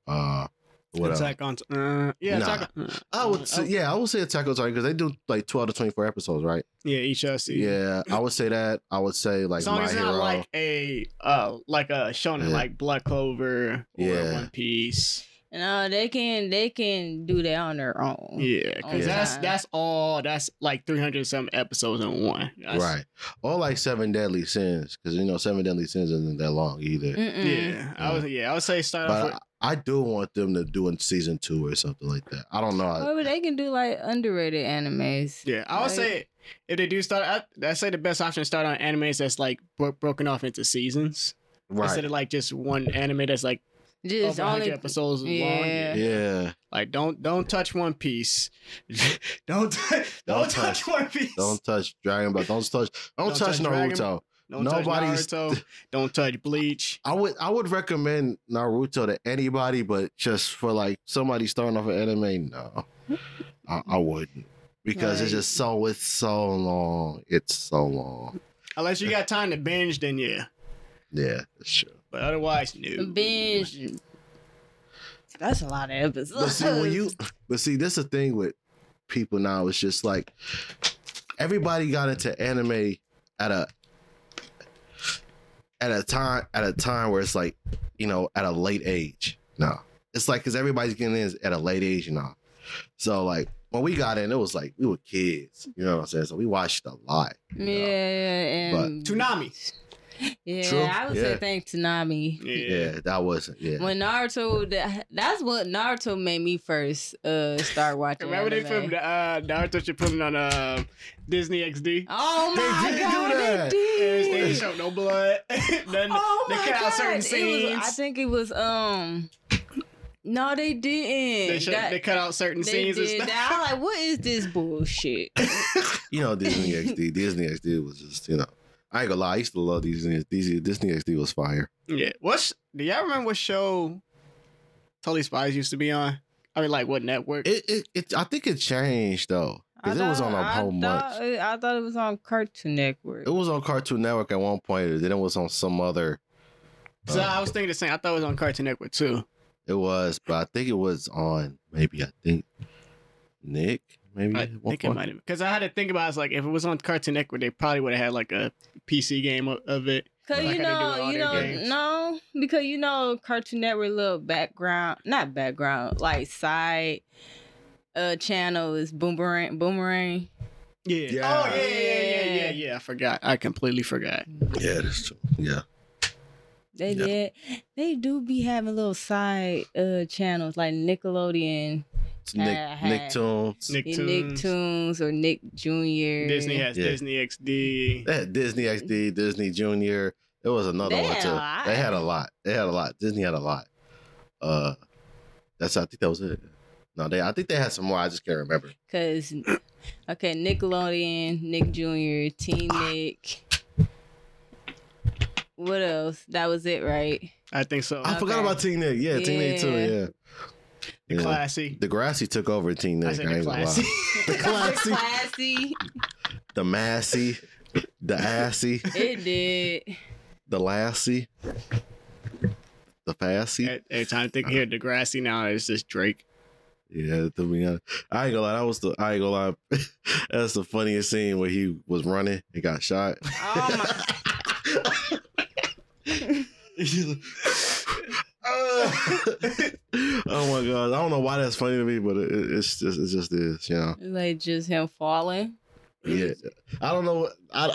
[SPEAKER 1] uh, what else?
[SPEAKER 3] Attack on. Uh, yeah,
[SPEAKER 1] Nah.
[SPEAKER 3] attack on-
[SPEAKER 1] I would say, yeah, I would say Attack on Titan because they do like twelve to twenty four episodes, right?
[SPEAKER 3] yeah, E each other season.
[SPEAKER 1] Yeah, I would say that. I would say like
[SPEAKER 3] as long
[SPEAKER 1] my
[SPEAKER 3] as it's
[SPEAKER 1] hero.
[SPEAKER 3] not like a uh like a shonen
[SPEAKER 1] Yeah.
[SPEAKER 3] like Black Clover or
[SPEAKER 1] Yeah.
[SPEAKER 3] One Piece.
[SPEAKER 2] No, uh, they can they can do that on their own.
[SPEAKER 3] Yeah, because
[SPEAKER 2] Oh, Yeah.
[SPEAKER 3] that's
[SPEAKER 2] Yeah.
[SPEAKER 3] that's all. That's like three hundred some episodes in one. That's-
[SPEAKER 1] right. Or like Seven Deadly Sins, because you know Seven Deadly Sins isn't that long either.
[SPEAKER 3] Mm,
[SPEAKER 2] Mm-mm.
[SPEAKER 3] Yeah, I was. Yeah, I would say start off
[SPEAKER 1] Mm. But
[SPEAKER 3] with.
[SPEAKER 1] I, I do want them to do a season two or something like that. I don't know.
[SPEAKER 3] Oh,
[SPEAKER 1] I-
[SPEAKER 2] However, they can do like underrated animes.
[SPEAKER 3] Yeah, I would
[SPEAKER 2] Like-
[SPEAKER 3] say if they do start, I, I'd say the best option to start on animes that's like bro- broken off into seasons instead
[SPEAKER 1] right.
[SPEAKER 3] of like just one anime that's like
[SPEAKER 2] Just
[SPEAKER 3] over 100
[SPEAKER 2] only
[SPEAKER 3] episodes long.
[SPEAKER 2] yeah.
[SPEAKER 1] Yeah.
[SPEAKER 3] Like don't don't touch One Piece. *laughs* *laughs* don't t- don't,
[SPEAKER 1] Don't
[SPEAKER 3] touch,
[SPEAKER 1] touch.
[SPEAKER 3] One Piece. *laughs*
[SPEAKER 1] Don't touch Dragon Ball. Don't touch. Don't,
[SPEAKER 3] Don't
[SPEAKER 1] touch,
[SPEAKER 3] touch
[SPEAKER 1] Naruto.
[SPEAKER 3] Dragon- Don't touch
[SPEAKER 1] nobody's- *laughs*
[SPEAKER 3] Naruto. don't touch Bleach.
[SPEAKER 1] I would I would recommend Naruto to anybody, but just for like somebody starting off an anime, no, I, I wouldn't because it's
[SPEAKER 2] Right.
[SPEAKER 1] just so it's so long. It's so long.
[SPEAKER 3] Unless you got time to binge, then yeah.
[SPEAKER 1] Yeah, that's true.
[SPEAKER 3] But otherwise, no.
[SPEAKER 2] binge. That's a lot of
[SPEAKER 1] But
[SPEAKER 2] episodes.
[SPEAKER 1] see, when you *laughs* but see, this is the thing with people now. It's just like everybody got into anime at a at a time at a time where it's like you know at a late age. No, it's like because everybody's getting in at a late age now. So like when we got in, it was like we were kids. You know what I'm saying? So we watched a lot.
[SPEAKER 2] yeah, yeah,
[SPEAKER 1] But-
[SPEAKER 2] and
[SPEAKER 3] Tsunami.
[SPEAKER 2] yeah,
[SPEAKER 1] True,
[SPEAKER 2] I would
[SPEAKER 1] yeah.
[SPEAKER 2] say thanks Tsunami.
[SPEAKER 3] Yeah.
[SPEAKER 1] Yeah, that wasn't. Yeah,
[SPEAKER 2] When Naruto, that, that's what Naruto made me first uh
[SPEAKER 3] *laughs*
[SPEAKER 2] start watching.
[SPEAKER 3] Remember they
[SPEAKER 2] anime.
[SPEAKER 3] filmed uh, Naruto should put it on uh, Disney XD.
[SPEAKER 2] Oh
[SPEAKER 1] They
[SPEAKER 2] my
[SPEAKER 1] did do
[SPEAKER 2] god,
[SPEAKER 1] that.
[SPEAKER 2] they
[SPEAKER 3] They
[SPEAKER 2] did.
[SPEAKER 3] didn't show no blood. *laughs* None-
[SPEAKER 2] Oh
[SPEAKER 3] they
[SPEAKER 2] my
[SPEAKER 3] cut out
[SPEAKER 2] god!
[SPEAKER 3] certain
[SPEAKER 2] It was, I
[SPEAKER 3] scenes.
[SPEAKER 2] think it was um. No, they didn't.
[SPEAKER 3] they, showed,
[SPEAKER 2] That-
[SPEAKER 3] they cut out certain
[SPEAKER 2] they
[SPEAKER 3] scenes and
[SPEAKER 2] did
[SPEAKER 3] stuff.
[SPEAKER 2] that. I'm like, what is
[SPEAKER 1] *laughs*
[SPEAKER 2] this bullshit?
[SPEAKER 1] you know Disney XD. Disney XD was just you know. I ain't gonna lie, I used to love Disney. Disney, Disney XD was fire.
[SPEAKER 3] Yeah. What's do y'all remember what show Totally Spies used to be on? I mean, like what network?
[SPEAKER 1] It, it, it I think it changed though,
[SPEAKER 2] I
[SPEAKER 1] because it was
[SPEAKER 2] thought-
[SPEAKER 1] on a
[SPEAKER 2] I
[SPEAKER 1] whole bunch.
[SPEAKER 2] thought it- I thought it was on Cartoon Network.
[SPEAKER 1] It was on Cartoon Network at one point, and then it was on some other.
[SPEAKER 3] so
[SPEAKER 1] uh,
[SPEAKER 3] I was thinking the same. I thought it was on Cartoon Network too.
[SPEAKER 1] it was, but I think it was on maybe I think Nick maybe.
[SPEAKER 3] I
[SPEAKER 1] at one
[SPEAKER 3] think it
[SPEAKER 1] point.
[SPEAKER 3] might have because I had to think about. It, it's like if it was on Cartoon Network, they probably would have had like a PC game of, of it.
[SPEAKER 2] Cause
[SPEAKER 3] Like
[SPEAKER 2] you
[SPEAKER 3] how they
[SPEAKER 2] know,
[SPEAKER 3] do with all
[SPEAKER 2] you
[SPEAKER 3] their
[SPEAKER 2] know,
[SPEAKER 3] games.
[SPEAKER 2] no, because you know, Cartoon Network little background, not background, like side uh channel is Boomerang, Boomerang.
[SPEAKER 3] Yeah. Oh yeah, yeah, yeah, yeah, yeah, yeah. I forgot. I completely forgot.
[SPEAKER 1] Yeah, that's true. Yeah,
[SPEAKER 2] They
[SPEAKER 1] Yeah.
[SPEAKER 2] did, they do be having little side uh channels like Nickelodeon,
[SPEAKER 1] It's Nick
[SPEAKER 2] Uh,
[SPEAKER 1] Nicktoons.
[SPEAKER 2] Nicktoons. Nicktoons or Nick Junior.
[SPEAKER 3] Disney has
[SPEAKER 1] Yeah.
[SPEAKER 3] Disney XD.
[SPEAKER 1] They had Disney XD, Disney Junior. There was another
[SPEAKER 2] They
[SPEAKER 1] one
[SPEAKER 2] had a
[SPEAKER 1] too.
[SPEAKER 2] lot.
[SPEAKER 1] They had a lot. They had a lot. Disney had a lot. Uh, that's I think that was it. No, they I think they had some more. I just can't remember.
[SPEAKER 2] Cause okay, Nickelodeon, Nick Jr., Teen Nick. What else? That was it, right?
[SPEAKER 3] I think so.
[SPEAKER 1] I forgot
[SPEAKER 2] Okay.
[SPEAKER 1] about Teen Nick. Yeah, Teen Nick too.
[SPEAKER 2] Yeah.
[SPEAKER 1] Yeah,
[SPEAKER 3] the
[SPEAKER 1] yeah.
[SPEAKER 3] classy.
[SPEAKER 1] Degrassi took over Teen
[SPEAKER 3] I
[SPEAKER 1] Nick. I,
[SPEAKER 3] said the
[SPEAKER 1] ain't gonna
[SPEAKER 3] classy.
[SPEAKER 1] lie.
[SPEAKER 3] *laughs*
[SPEAKER 2] *laughs*
[SPEAKER 1] The classy,
[SPEAKER 2] Classy.
[SPEAKER 1] *laughs* the massy, the assy,
[SPEAKER 2] It did.
[SPEAKER 1] the lassie, the fassy.
[SPEAKER 3] Every every time I think here Degrassi now, it's just Drake.
[SPEAKER 1] Yeah, to be honest, I ain't gonna lie. That was the I ain't gonna lie. *laughs* That's the funniest scene where he was running and got shot.
[SPEAKER 2] Oh
[SPEAKER 1] *laughs*
[SPEAKER 3] *laughs*
[SPEAKER 2] my!
[SPEAKER 1] oh my god! I don't know why that's funny to me, but it, it- it's just it's just this, you know.
[SPEAKER 2] Like just him falling.
[SPEAKER 1] Yeah, I don't know. what- I,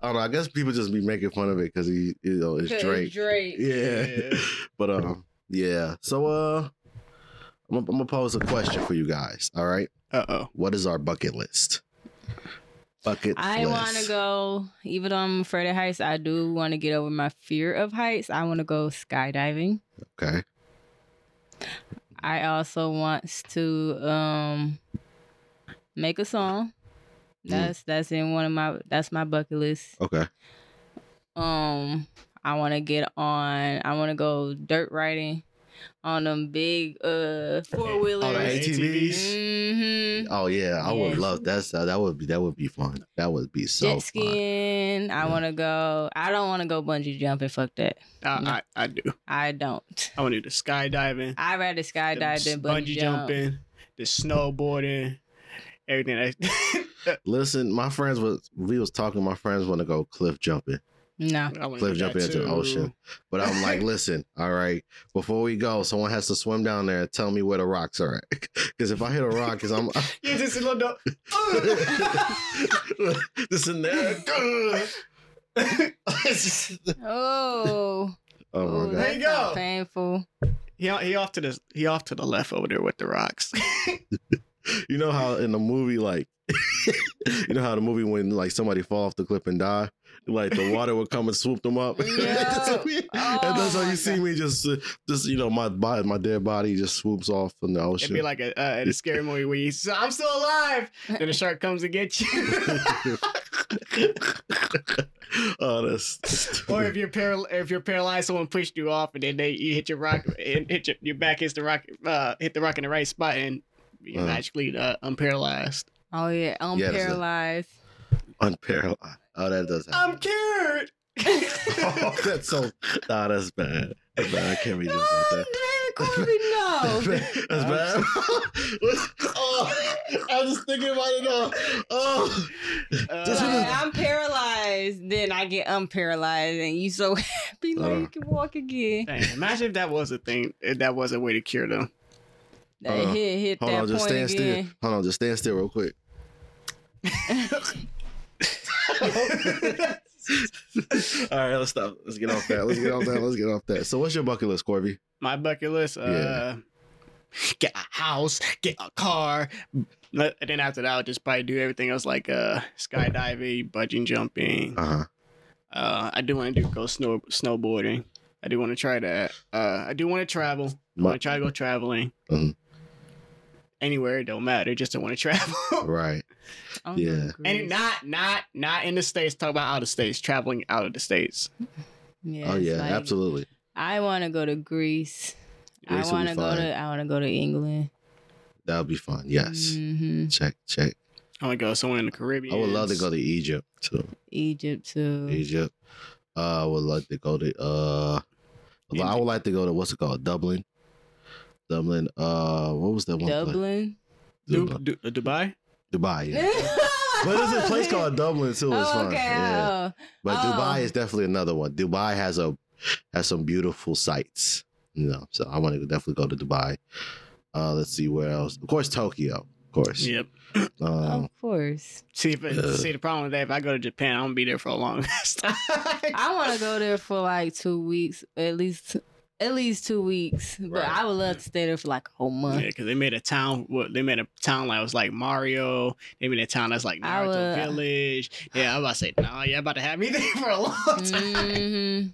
[SPEAKER 1] I don't know. I guess people just be making fun of it because he, you know, it's
[SPEAKER 2] 'Cause
[SPEAKER 1] Drake.
[SPEAKER 2] Drake.
[SPEAKER 1] yeah.
[SPEAKER 3] *laughs*
[SPEAKER 1] But um, yeah. So uh, I'm, gonna- I'm gonna pose a question for you guys. All right,
[SPEAKER 3] Uh oh.
[SPEAKER 1] what is our bucket list? Bucket.
[SPEAKER 2] I
[SPEAKER 1] list.
[SPEAKER 2] want to go. Even though I'm afraid of heights, I do want to get over my fear of heights. I want to go skydiving.
[SPEAKER 1] Okay.
[SPEAKER 2] I also wants to um make a song.
[SPEAKER 1] Mm.
[SPEAKER 2] That's that's in one of my that's my bucket list.
[SPEAKER 1] Okay.
[SPEAKER 2] Um I want to get on I want to go dirt riding on them big uh four
[SPEAKER 1] Oh, the
[SPEAKER 2] wheelers.
[SPEAKER 1] ATVs.
[SPEAKER 2] Mhm.
[SPEAKER 1] Oh yeah, I would
[SPEAKER 2] Yes.
[SPEAKER 1] love that. That would be that would be fun. That would be so
[SPEAKER 2] Jet
[SPEAKER 1] fun.
[SPEAKER 2] skiing. I
[SPEAKER 1] Yeah.
[SPEAKER 2] want to go. I don't want to go bungee jumping. Fuck that.
[SPEAKER 3] I, I, I do.
[SPEAKER 2] I don't.
[SPEAKER 3] I want to do the skydiving,
[SPEAKER 2] I'd rather
[SPEAKER 3] the
[SPEAKER 2] skydive than bungee, jump.
[SPEAKER 3] jumping, the snowboarding, everything. *laughs* That,
[SPEAKER 1] Listen, my friends was we was talking. My friends want to go cliff jumping. *laughs*
[SPEAKER 2] No.
[SPEAKER 3] I wanna
[SPEAKER 1] Cliff
[SPEAKER 3] do
[SPEAKER 1] jumping
[SPEAKER 3] that
[SPEAKER 1] into the
[SPEAKER 3] too.
[SPEAKER 1] ocean. But I'm
[SPEAKER 3] *laughs*
[SPEAKER 1] like, listen, all right, before we go, someone has to swim down there and tell me where the rocks are at. *laughs* Because if I hit a rock, because I'm *laughs*
[SPEAKER 3] Yeah, just a little. *laughs* dog.
[SPEAKER 1] this and that. *laughs*
[SPEAKER 2] Oh.
[SPEAKER 1] oh
[SPEAKER 2] Ooh,
[SPEAKER 1] my god.
[SPEAKER 3] There you
[SPEAKER 2] that's not
[SPEAKER 3] go.
[SPEAKER 2] Painful.
[SPEAKER 3] He he off to the he off to the left over there with the rocks.
[SPEAKER 1] You know how in the movie, like *laughs* you know how the movie when like somebody fall off the cliff and die? Like the water would come and swoop them up. *laughs* that's, how we- and that's how
[SPEAKER 2] Oh
[SPEAKER 1] you
[SPEAKER 2] my
[SPEAKER 1] see
[SPEAKER 2] God.
[SPEAKER 1] me just uh, just you know, my body my dead body just swoops off in the
[SPEAKER 3] It'd be
[SPEAKER 1] ocean.
[SPEAKER 3] like a uh, in a scary movie where you say, "I'm still alive," then a shark comes to get you.
[SPEAKER 1] *laughs* oh, that's, that's
[SPEAKER 3] or if you're paral- if you're paralyzed, someone pushed you off, and then they you hit your rock and hit your, your back hits the rock uh, hit the rock in the right spot, and you're
[SPEAKER 1] Uh-huh.
[SPEAKER 3] magically uh, unparalyzed.
[SPEAKER 2] Oh yeah, I'm
[SPEAKER 1] Yeah, that's it.
[SPEAKER 2] paralyzed.
[SPEAKER 1] unparalleled. Oh, that does happen.
[SPEAKER 3] I'm cured.
[SPEAKER 1] Oh, *laughs* that's so nah, that's bad. That's bad. I can't read this
[SPEAKER 2] Oh,
[SPEAKER 1] like
[SPEAKER 2] man, Corby, *laughs* no.
[SPEAKER 1] that. *laughs* That's bad. *laughs* oh, I was just thinking about it now. Oh, Just
[SPEAKER 3] Uh,
[SPEAKER 2] Like, I'm paralyzed, then I get unparalyzed, and you so *laughs* happy like
[SPEAKER 1] Uh.
[SPEAKER 2] you can walk again.
[SPEAKER 3] dang, imagine if that was a thing. If that was a way to cure them.
[SPEAKER 2] That
[SPEAKER 1] Uh,
[SPEAKER 2] hit hit
[SPEAKER 1] hold
[SPEAKER 2] that
[SPEAKER 1] on, just
[SPEAKER 2] point
[SPEAKER 1] stand
[SPEAKER 2] again.
[SPEAKER 1] still. Hold on, just stand still real quick.
[SPEAKER 3] *laughs*
[SPEAKER 1] All right, let's stop. Let's get off that. Let's get off that. Let's get off that. So, what's your bucket list, Corby?
[SPEAKER 3] My bucket list. Uh,
[SPEAKER 1] Yeah.
[SPEAKER 3] Get a house, get a car, and then after that, I'll just probably do everything else like uh, skydiving, bungee jumping,
[SPEAKER 1] Uh huh.
[SPEAKER 3] Uh, I do want to do go snow snowboarding. I do want to try that. Uh, I do want to travel. I want
[SPEAKER 1] My-
[SPEAKER 3] to try to go traveling.
[SPEAKER 1] Mhm.
[SPEAKER 3] Anywhere, it don't matter. Just I want to *laughs* travel.
[SPEAKER 1] Right.
[SPEAKER 2] I'm
[SPEAKER 1] Yeah.
[SPEAKER 2] gonna
[SPEAKER 3] and
[SPEAKER 2] agree.
[SPEAKER 3] not not not in the states. Talk about out of states. Traveling out of the states.
[SPEAKER 2] Yeah,
[SPEAKER 1] oh
[SPEAKER 2] it's
[SPEAKER 1] yeah,
[SPEAKER 2] like,
[SPEAKER 1] absolutely.
[SPEAKER 2] I want to go to Greece.
[SPEAKER 1] Greece
[SPEAKER 2] I
[SPEAKER 1] will be
[SPEAKER 2] want to go
[SPEAKER 1] fine.
[SPEAKER 2] to. I want to go to England.
[SPEAKER 1] That would be fun. Yes.
[SPEAKER 2] hmm
[SPEAKER 1] Check. Check.
[SPEAKER 3] I want to go somewhere in the Caribbean.
[SPEAKER 1] I would love to go to Egypt too.
[SPEAKER 2] Egypt too.
[SPEAKER 1] Egypt. Uh, I would like to go to uh, I would like to go to what's it called? Dublin. Dublin. Uh, what was that one? place?
[SPEAKER 2] Dublin.
[SPEAKER 3] Du- Du- uh, Dubai.
[SPEAKER 1] Dubai.
[SPEAKER 2] *laughs*
[SPEAKER 1] Yeah. but there's a place called Dublin too. It's
[SPEAKER 2] Oh,
[SPEAKER 1] fun.
[SPEAKER 2] okay.
[SPEAKER 1] Yeah.
[SPEAKER 2] Oh.
[SPEAKER 1] But Dubai
[SPEAKER 2] Oh.
[SPEAKER 1] is definitely another one. Dubai has a has some beautiful sights. You know, so I want to definitely go to Dubai. Uh, let's see where else. Of course, Tokyo. Of course.
[SPEAKER 3] Yep.
[SPEAKER 1] Um,
[SPEAKER 2] Oh, of course.
[SPEAKER 3] See if it,
[SPEAKER 1] Uh.
[SPEAKER 3] see the problem with that. If I go to Japan, I'm gonna be there for a long *laughs* time.
[SPEAKER 2] I want to go there for like two weeks, at least, at least two weeks. But
[SPEAKER 1] Right.
[SPEAKER 2] I would love to stay there for like a whole month.
[SPEAKER 3] Yeah, because they made a town. What they made a town that was like Mario. They made a town that's like
[SPEAKER 2] I
[SPEAKER 3] Naruto
[SPEAKER 2] would-
[SPEAKER 3] Village. Yeah, I'm about to say, nah, yeah, about to have me *laughs* there for a long
[SPEAKER 2] Mm,
[SPEAKER 3] time.
[SPEAKER 2] hmm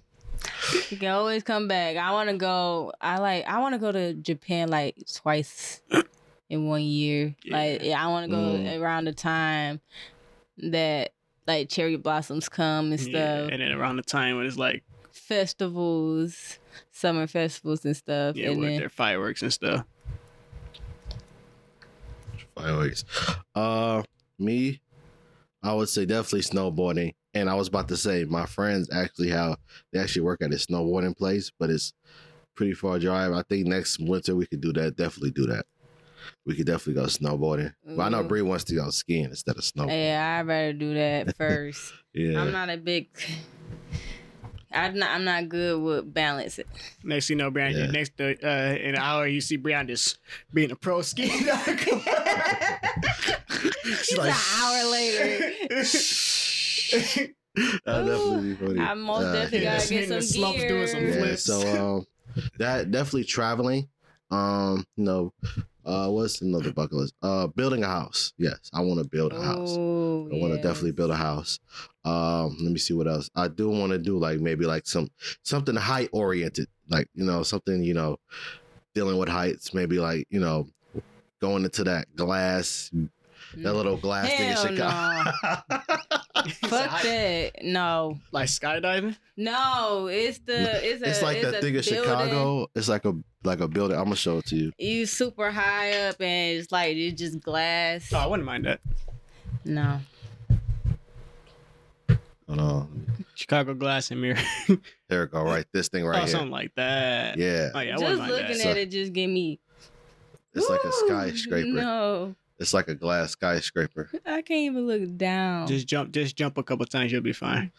[SPEAKER 2] You can always come back. I want to go. I like. I want to go to Japan like twice in one year.
[SPEAKER 3] Yeah.
[SPEAKER 2] Like yeah, I want to go
[SPEAKER 1] Mm.
[SPEAKER 2] around the time that like cherry blossoms come and stuff.
[SPEAKER 3] Yeah, and then around the time when it's like,
[SPEAKER 2] Festivals, summer festivals and stuff.
[SPEAKER 3] yeah,
[SPEAKER 2] and
[SPEAKER 3] with
[SPEAKER 2] then
[SPEAKER 3] their fireworks and stuff.
[SPEAKER 1] fireworks. Uh, me, I would say definitely snowboarding. And I was about to say my friends actually have they actually work at a snowboarding place, but it's pretty far drive. I think next winter we could do that. Definitely do that. We could definitely go snowboarding. But I know
[SPEAKER 2] Ooh.
[SPEAKER 1] Bree wants to go skiing instead of snowboarding.
[SPEAKER 2] Yeah, I'd rather
[SPEAKER 1] *laughs*
[SPEAKER 2] do that first.
[SPEAKER 1] yeah. *laughs*
[SPEAKER 2] I'm not a big. I'm not. I'm not good with balance.
[SPEAKER 3] Next, you know, Brian,
[SPEAKER 1] Yeah.
[SPEAKER 3] next uh, uh, in an hour, you see Brian just being a
[SPEAKER 2] *laughs*
[SPEAKER 3] pro skier.
[SPEAKER 2] It's an
[SPEAKER 1] *laughs*
[SPEAKER 2] hour later.
[SPEAKER 1] That'd definitely be funny.
[SPEAKER 2] I most
[SPEAKER 1] Uh,
[SPEAKER 2] definitely
[SPEAKER 1] yeah.
[SPEAKER 2] gotta
[SPEAKER 3] Sitting in the
[SPEAKER 2] get some
[SPEAKER 3] slumps
[SPEAKER 2] gear.
[SPEAKER 3] doing some
[SPEAKER 1] yeah,
[SPEAKER 3] flips.
[SPEAKER 1] so um that definitely traveling um no uh what's another bucket list uh building a house yes i want to build a house
[SPEAKER 2] Ooh,
[SPEAKER 1] I want to
[SPEAKER 2] yes.
[SPEAKER 1] definitely build a house. Um, let me see what else. I do want to do like maybe like some something height oriented, like you know something you know dealing with heights. Maybe like you know going into that glass, that little glass thing in
[SPEAKER 2] Mm. Hell
[SPEAKER 1] Chicago. *laughs*
[SPEAKER 2] Fuck that. No.
[SPEAKER 3] *laughs* like skydiving.
[SPEAKER 2] No, it's the it's a
[SPEAKER 1] It's like
[SPEAKER 2] it's
[SPEAKER 1] that
[SPEAKER 2] a
[SPEAKER 1] thing in
[SPEAKER 2] building.
[SPEAKER 1] Chicago. It's like a like a building. I'm gonna show it to you.
[SPEAKER 2] You super high up and it's like it's just glass.
[SPEAKER 3] Oh, I wouldn't mind that.
[SPEAKER 2] No.
[SPEAKER 1] Hold on.
[SPEAKER 3] Chicago glass and mirror, *laughs*
[SPEAKER 1] There it go. Right, this thing
[SPEAKER 3] or
[SPEAKER 1] right here.
[SPEAKER 3] something like that.
[SPEAKER 1] Yeah,
[SPEAKER 3] Oh yeah, I
[SPEAKER 2] just
[SPEAKER 3] wouldn't mind
[SPEAKER 2] looking
[SPEAKER 3] that.
[SPEAKER 1] So-
[SPEAKER 2] at it just give me
[SPEAKER 1] it's like a
[SPEAKER 2] Woo!
[SPEAKER 1] skyscraper.
[SPEAKER 2] No.
[SPEAKER 1] It's like a glass skyscraper.
[SPEAKER 2] I can't even look down.
[SPEAKER 3] Just jump, just jump a couple times, you'll be fine.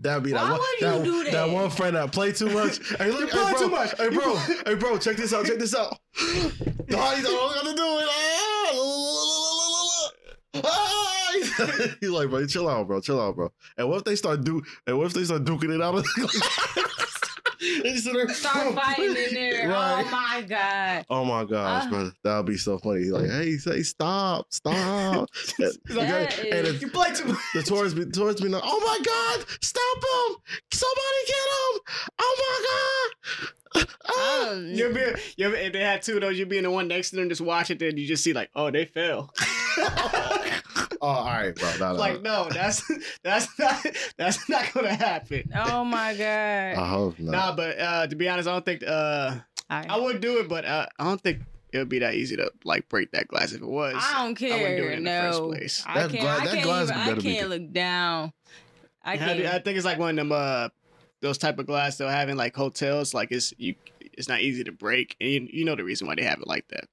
[SPEAKER 1] That'd be
[SPEAKER 2] Why
[SPEAKER 1] that, one,
[SPEAKER 2] would you
[SPEAKER 1] that,
[SPEAKER 2] do that?
[SPEAKER 1] one friend that play too much.
[SPEAKER 2] *laughs*
[SPEAKER 1] Hey, look,
[SPEAKER 3] You play
[SPEAKER 1] hey, bro,
[SPEAKER 3] too much.
[SPEAKER 1] Hey, bro, hey, bro, check this out. Check this
[SPEAKER 2] *laughs*
[SPEAKER 1] out. The hotties are gonna do it. Ah, la, la, la, la, la, la. Ah. *laughs* He's like, bro, chill out, bro, chill out, bro. And what if they start do? And what if they start duking it out? *laughs* They sit there,
[SPEAKER 3] *laughs*
[SPEAKER 2] Start
[SPEAKER 1] bro.
[SPEAKER 2] fighting in there.
[SPEAKER 1] Right.
[SPEAKER 2] Oh my god.
[SPEAKER 1] Oh my gosh,
[SPEAKER 2] Ah.
[SPEAKER 1] brother, that would be so funny. He's like, hey, say stop,
[SPEAKER 2] *laughs*
[SPEAKER 1] stop.
[SPEAKER 3] He's like,
[SPEAKER 2] That
[SPEAKER 1] Okay, and
[SPEAKER 2] is-
[SPEAKER 1] if-
[SPEAKER 3] You play too much.
[SPEAKER 1] the tourists be tourists be like, oh my god, stop him! Somebody get him! Oh my god! Ah.
[SPEAKER 2] Um,
[SPEAKER 3] You'll be, you'll be, if they had two of those, you'd be in the one next to them, just watch it, then you just see like, oh, they fell. *laughs*
[SPEAKER 1] Oh, all right, bro. No, no,
[SPEAKER 3] like,
[SPEAKER 1] no.
[SPEAKER 3] no, that's *laughs* that's not that's not gonna happen.
[SPEAKER 2] oh my god.
[SPEAKER 1] I hope not.
[SPEAKER 3] Nah, but uh, to be honest, I don't think uh,
[SPEAKER 2] I,
[SPEAKER 3] I would do it, but uh, I don't think it would be that easy to like break that glass if it was.
[SPEAKER 2] I don't care.
[SPEAKER 3] I wouldn't do it in the
[SPEAKER 2] no.
[SPEAKER 3] first place.
[SPEAKER 2] I
[SPEAKER 1] That
[SPEAKER 2] can't.
[SPEAKER 1] gla-
[SPEAKER 2] I
[SPEAKER 1] that
[SPEAKER 2] can't,
[SPEAKER 1] glass
[SPEAKER 2] even,
[SPEAKER 1] would
[SPEAKER 2] I
[SPEAKER 1] better be
[SPEAKER 2] can't look down. I
[SPEAKER 3] I,
[SPEAKER 2] can't.
[SPEAKER 3] I think it's like one of them uh, those type of glass they'll have in like hotels. Like it's you, it's not easy to break, and you, you know the reason why they have it like that.